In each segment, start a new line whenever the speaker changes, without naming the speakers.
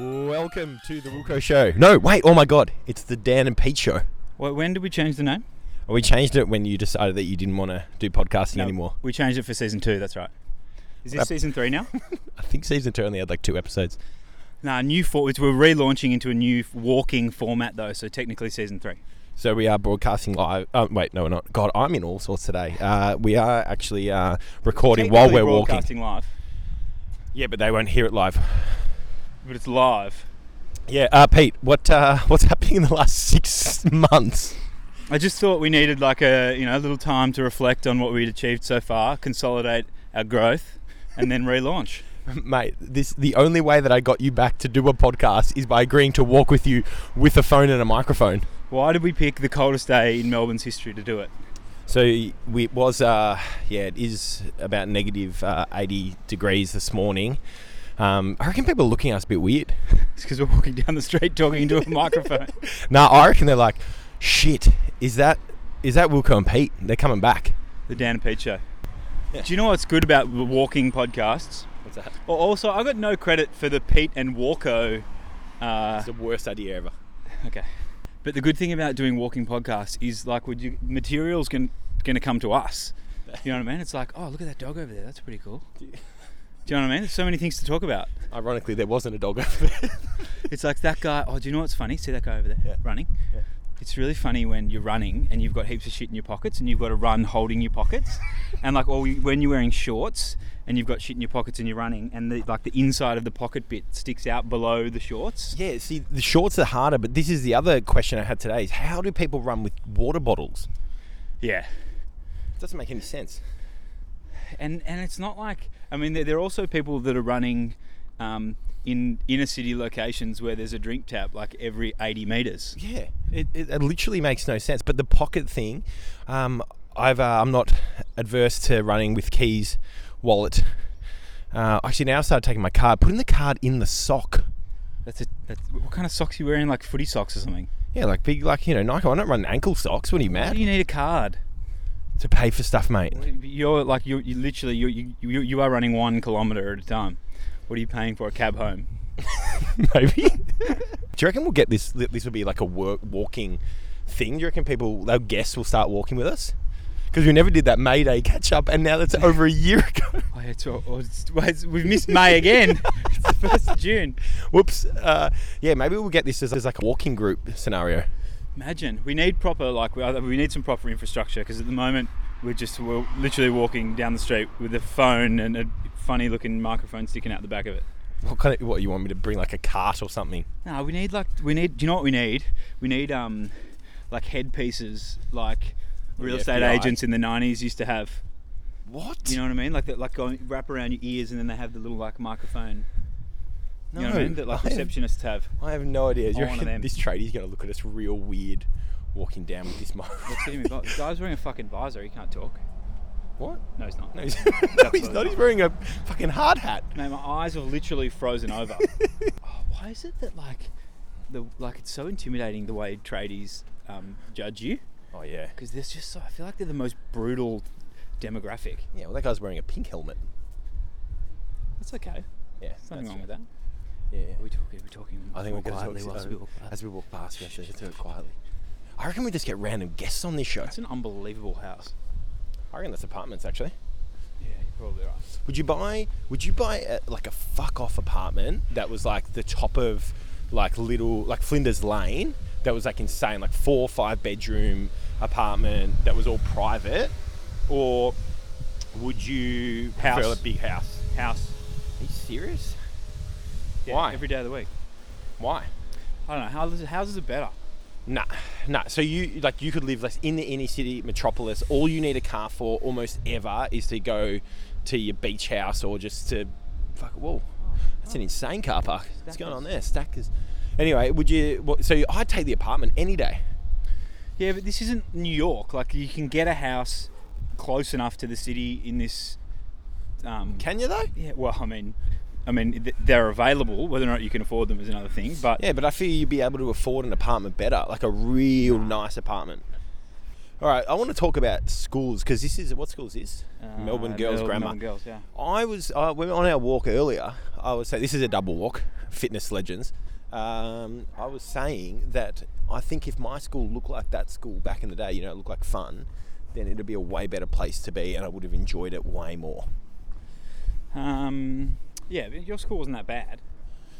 Welcome to the Wilco Show. No, wait. Oh my God, it's the Dan and Pete Show.
Wh- when did we change the name?
We changed it when you decided that you didn't want to do podcasting
No,
anymore.
We changed it for season two. That's right. Is this
Yep.
season three now?
I think season two only had like two episodes.
nah, new for it's- We're relaunching into a new f- walking format though, so technically season three.
So we are broadcasting live. Um, wait, no, we're not. God, I'm in all sorts today. Uh, we are actually uh, recording while
Technically
we're walking.
broadcasting live,
Yeah, but they won't hear it live.
but it's live.
Yeah, uh, Pete, what uh, what's happening in the last six months?
I just thought we needed like a you know a little time to reflect on what we'd achieved so far, consolidate our growth, and then relaunch.
Mate, this the only way that I got you back to do a podcast is by agreeing to walk with you with a phone and a microphone.
Why did we pick the coldest day in Melbourne's history to do it?
So we- it was, uh, yeah, it is about negative uh, 80 degrees this morning. Um, I reckon people are looking at us a bit weird.
It's because we're walking down the street talking into a microphone.
Nah, I reckon they're like, shit, is that is that Wilco and Pete? They're coming back.
The Dan and Pete Show.
Yeah.
Do you know what's good about the walking podcasts?
What's that?
Well, also, I got no credit for the Pete and Walko. Uh,
the worst idea ever.
okay. But the good thing about doing walking podcasts is like, would you materials going to come to us? You know what I mean? It's like, oh, look at that dog over there. That's pretty cool. Do you know what I mean? There's so many things to talk about.
Ironically, there wasn't a dog over there.
It's like that guy. Oh, do you know what's funny? See that guy over there
Yeah.
running.
Yeah.
It's really funny when you're running and you've got heaps of shit in your pockets and you've got to run holding your pockets, and like or when you're wearing shorts and you've got shit in your pockets and you're running and the, like the inside of the pocket bit sticks out below the shorts.
Yeah, see, the shorts are harder, but this is the other question I had today: is how do people run with water bottles?
Yeah.
doesn't make any sense.
and and it's not like I mean there, there are also people that are running um, in inner city locations where there's a drink tap like every 80 meters.
Yeah, it, it, it literally makes no sense. But the pocket thing, um, I've uh, I'm not adverse to running with keys, wallet. Uh, actually, now I started taking my card, putting the card in the sock.
That's a that's, what kind of socks are you wearing like footy socks or something?
Yeah, like big, like you know, Nike. I don't run ankle socks. What are you
Why
mad
do you need a card?
to pay for stuff, mate?
You're like you you literally you you you you are running one kilometer at a time. What are you paying for a cab home?
Maybe. Do you reckon we'll get this? This will be like a work walking thing. Do you reckon people they'll guess will start walking with us? Because we never did that May Day catch up, and now that's over a year ago.
Oh, yeah, it's, all- oh, it's, well, it's- we've missed May again. it's the first of June.
Whoops. Uh, yeah, maybe we'll get this as, as like a walking group scenario.
Imagine we need proper like we we need some proper infrastructure because at the moment we're just we're literally walking down the street with a phone and a funny looking microphone sticking out the back of it.
What kind of what you want me to bring like a cart or something?
No, we need like we need. Do you know what we need? We need um like headpieces like real
The
estate
FBI.
agents in the '90s used to have.
What?
You know what I mean? Like that, like going wrap around your ears and then they have the little like microphone. You know what I mean? That like
I have,
receptionists have.
I have no idea. Do you
I want one of
reckon
them.
this tradie's gonna look at us real weird walking down with this mic?
What's getting me? The guy's wearing a fucking visor. He can't talk.
What?
No, he's not.
No, he's, no,
That's
he's
what-
not. He's wearing a fucking hard hat.
Man, my eyes have literally frozen over. oh, why is it that like, the like it's so intimidating the way tradies um, judge you?
Oh yeah.
Because there's just so I feel like they're the most brutal demographic.
Yeah. Well, that guy's wearing a pink helmet.
That's okay.
Yeah.
There's nothing wrong with that.
Yeah. yeah.
Are we talking? Are we talking?
I think we're
more
gonna
quietly
talk
whilst
as,
we walk past?
as we walk past. We have to do it quietly. I reckon we just get random guests on this show.
It's an unbelievable house.
I reckon that's apartments actually.
Yeah, you're probably right.
Would you buy? Would you buy a, like a fuck off apartment that was like the top of like little like Flinders Lane that was like insane, like four or five bedroom apartment that was all private, or would you
House.
prefer a big house?
House.
Are you serious?
Yeah,
Why?
Every day of the week.
Why?
I don't know. Houses, houses are better.
Nah, nah. So you like you could live like in the inner city metropolis. All you need a car for almost ever is to go to your beach house or just to fuck. Whoa, that's an insane car park. What's going on there? Stackers. Anyway, would you? What, so I'd take the apartment any day.
Yeah, but this isn't New York. Like you can get a house close enough to the city in this. Um,
Can you though?
Yeah, well, I mean, I mean, th- they're available. Whether or not you can afford them is another thing. But
Yeah, but I feel you'd be able to afford an apartment better, like a real nice apartment. All right, I want to talk about schools because this is what school is this?
uh,
Melbourne Girls
Mel-
Grammar.
Melbourne girls, yeah.
I was uh, we were on our walk earlier. I would say this is a double walk, fitness legends. Um, I was saying that I think if my school looked like that school back in the day, you know, it looked like fun, then it'd be a way better place to be, and I would have enjoyed it way more.
Um, yeah, but your school wasn't that bad.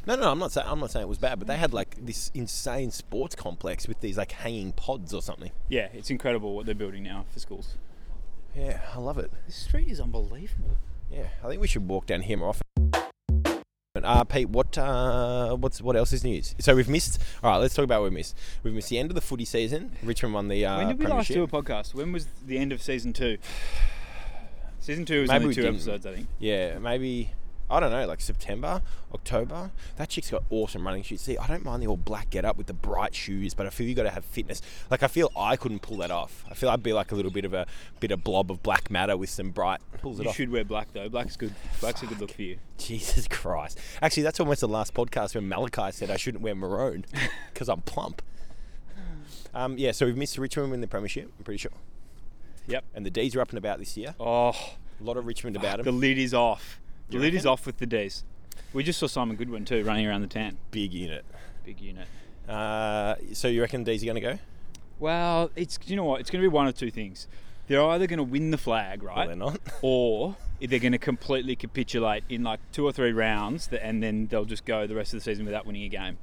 No, no, I'm not saying I'm not saying it was bad, but they had like this insane sports complex with these like hanging pods or something.
Yeah, it's incredible what they're building now for schools.
Yeah, I love it.
This street is unbelievable.
Yeah, I think we should walk down here more often. But, Uh, Pete, what uh, what's what else is news? So we've missed. All right, let's talk about what we missed. We've missed the end of the footy season. Richmond won the uh,
when did we last
premiership.
do a podcast? When was the end of season two? Season two was
Maybe
only
we
two
didn't.
episodes, I think.
yeah, maybe I don't know, like September, October. That chick's got awesome running shoes. See, I don't mind the all black get up with the bright shoes, but I feel you got to have fitness. Like I feel I couldn't pull that off. I feel I'd be like a little bit of a bit of blob of black matter with some bright. Pulls it
You
off.
should wear black though. Black's good. Black's a good look for you.
Jesus Christ. Actually, that's almost the last podcast where Malachi said I shouldn't wear maroon because I'm plump. Um, yeah, so we've missed Richmond in the Premiership, I'm pretty sure.
Yep.
And the D's are up and about this year.
Oh,
A lot of Richmond about
the
them.
lid is off. The
You
lid is
reckon?
off with the D's. We just saw Simon Goodwin too running around the tan.
Big unit.
Big unit.
Uh, so you reckon D's are going to go?
Well, it's you know what? It's going to be one of two things. They're either going to win the flag,
Well,
right?
they're not.
or they're going to completely capitulate in like two or three rounds, th- and then they'll just go the rest of the season without winning a game.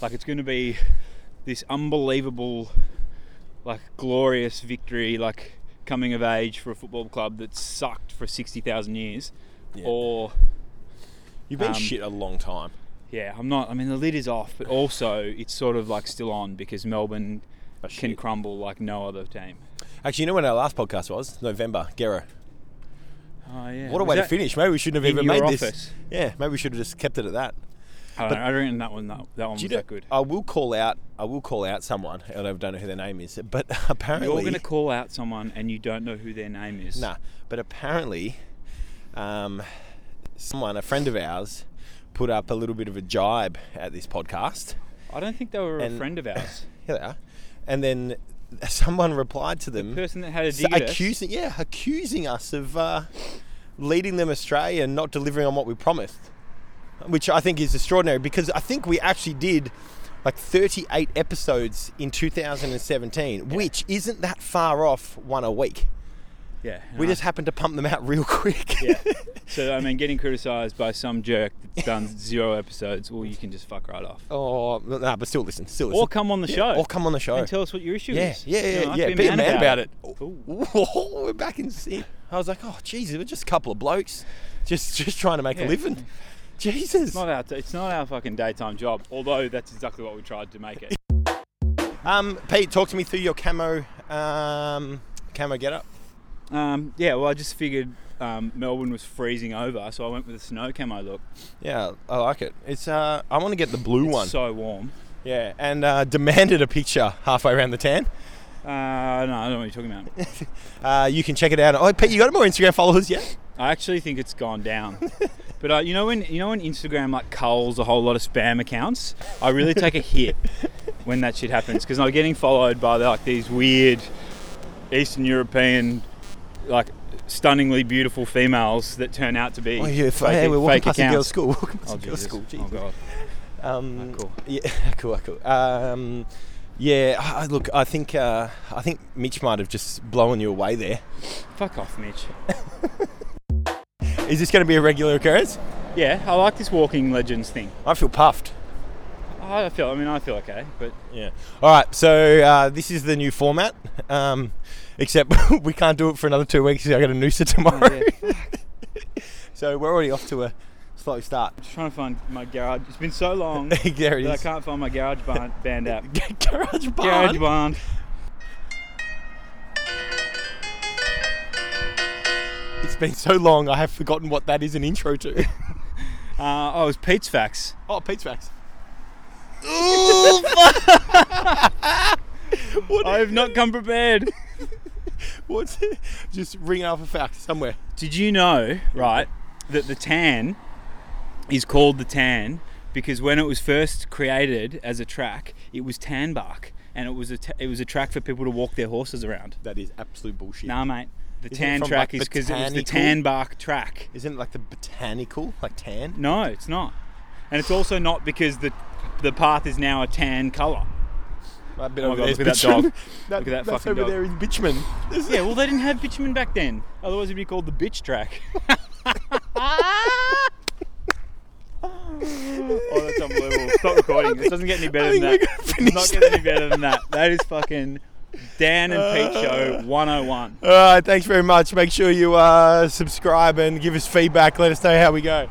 Like it's going to be this unbelievable, like glorious victory, like coming of age for a football club that sucked for sixty thousand years,
Yeah.
or
You've been
Um,
shit a long time.
yeah, I'm not. I mean, the lid is off, but also it's sort of like still on because Melbourne
Are Oh,
can
shit.
crumble like no other team.
Actually, you know when our last podcast was? November, Gero.
Oh yeah,
What a way to finish. Maybe we shouldn't have
in
even
your
made
office?
this. Yeah, maybe we should have just kept it at that.
I don't, know, I don't reckon that one. That, that one was
Do you know-
that good.
I will call out. I will call out someone. and I don't know who their name is, but apparently
You're going to call out someone and you don't know who their name is.
Nah, but apparently, um, someone, a friend of ours, put up a little bit of a jibe at this podcast.
I don't think they were a
And-
friend of ours.
Here they are. And then someone replied to them,
The person that had a
s-
dig at us.
accusing, yeah, accusing us of uh, leading them astray and not delivering on what we promised, which I think is extraordinary because I think we actually did. Like 38 episodes in 2017, which isn't that far off one a week.
Yeah.
We
no.
just happened to pump them out real quick.
Yeah. so I mean, getting criticised by some jerk that's done zero episodes, well, you can just fuck right off.
Oh, no, nah, but still listen, still listen.
Or come on the show.
Or come on the show.
and tell us what your issue
yeah,
is.
yeah, yeah,
You know,
yeah.
Be a man, about it. Ooh.
Ooh, we're back in sync. I was like, oh, Jesus, we're just a couple of blokes, just just trying to make a
Yeah.
living. Jesus.
It's not our. It's not our fucking daytime job. Although that's exactly what we tried to make it.
Um, Pete, talk to me through your camo, um, camo get up.
Um, yeah. Well, I just figured um, Melbourne was freezing over, so I went with a snow camo look.
Yeah, I like it. It's uh, I want to get the blue
It's
one.
so warm.
yeah, and uh, demanded a picture halfway around the tan.
Uh, no, I don't know what you're talking about.
Uh, you can check it out. Oh, Pete, you got more Instagram followers yet?
I actually think it's gone down. but uh, you know when you know when Instagram like culls a whole lot of spam accounts, I really take a hit when that shit happens because I'm getting followed by like these weird Eastern European, like stunningly beautiful females that turn out to be
Oh, yeah,
fake,
hey, we're walking
fake
past a girls'
accounts.
school. Walking past
Oh
a girls'
Jesus!
school.
Oh
Jesus.
god!
Um,
Ah, cool.
Yeah, cool, cool. Um, yeah, I- I- look, I think uh, I think Mitch might have just blown you away there.
Fuck off, Mitch.
Is this going to be a regular occurrence?
Yeah, I like this walking legends thing.
I feel puffed.
I feel. I mean, I feel okay, but
Yeah. All right. So uh, this is the new format, um, except we can't do it for another two weeks. 'cause I got a noosa tomorrow,
yeah.
so we're already off to a slow start.
just trying to find my garage. It's been so long that
there it
I
is.
can't find my garage band, band app.
Garage barn.
Garage Band.
It's been so long. I have forgotten what that is an intro to.
Uh, oh, it was Pete's Facts.
Oh, Pete's facts. Ooh, what,
I have not come prepared.
what's Just ring off a fact somewhere.
Did you know, right, that the tan is called the tan because when it was first created as a track, it was tan bark, and it was a t- it was a track for people to walk their horses around.
That is absolute bullshit.
Nah, mate. The
Isn't it
tan
from,
track
like,
is because it was the
botanical?
tan bark track.
Isn't it like the botanical, like tan?
No, it's not. And it's also not because the the path is now a tan colour.
That bit
Oh my
over
God,
there's
look at that dog.
bitumen.
Look at that
That's
fucking
over
dog.
there in Bitchman.
Yeah, well, they didn't have bitumen back then. Otherwise, it'd be called the bitch track. oh, that's unbelievable. Stop recording. This doesn't get any better
I
than
think
that.
we gotta finish
It's not getting any better than that. That is fucking Dan and Pete Show 101.
All right, thanks very much. Make sure you uh, subscribe and give us feedback. Let us know how we go.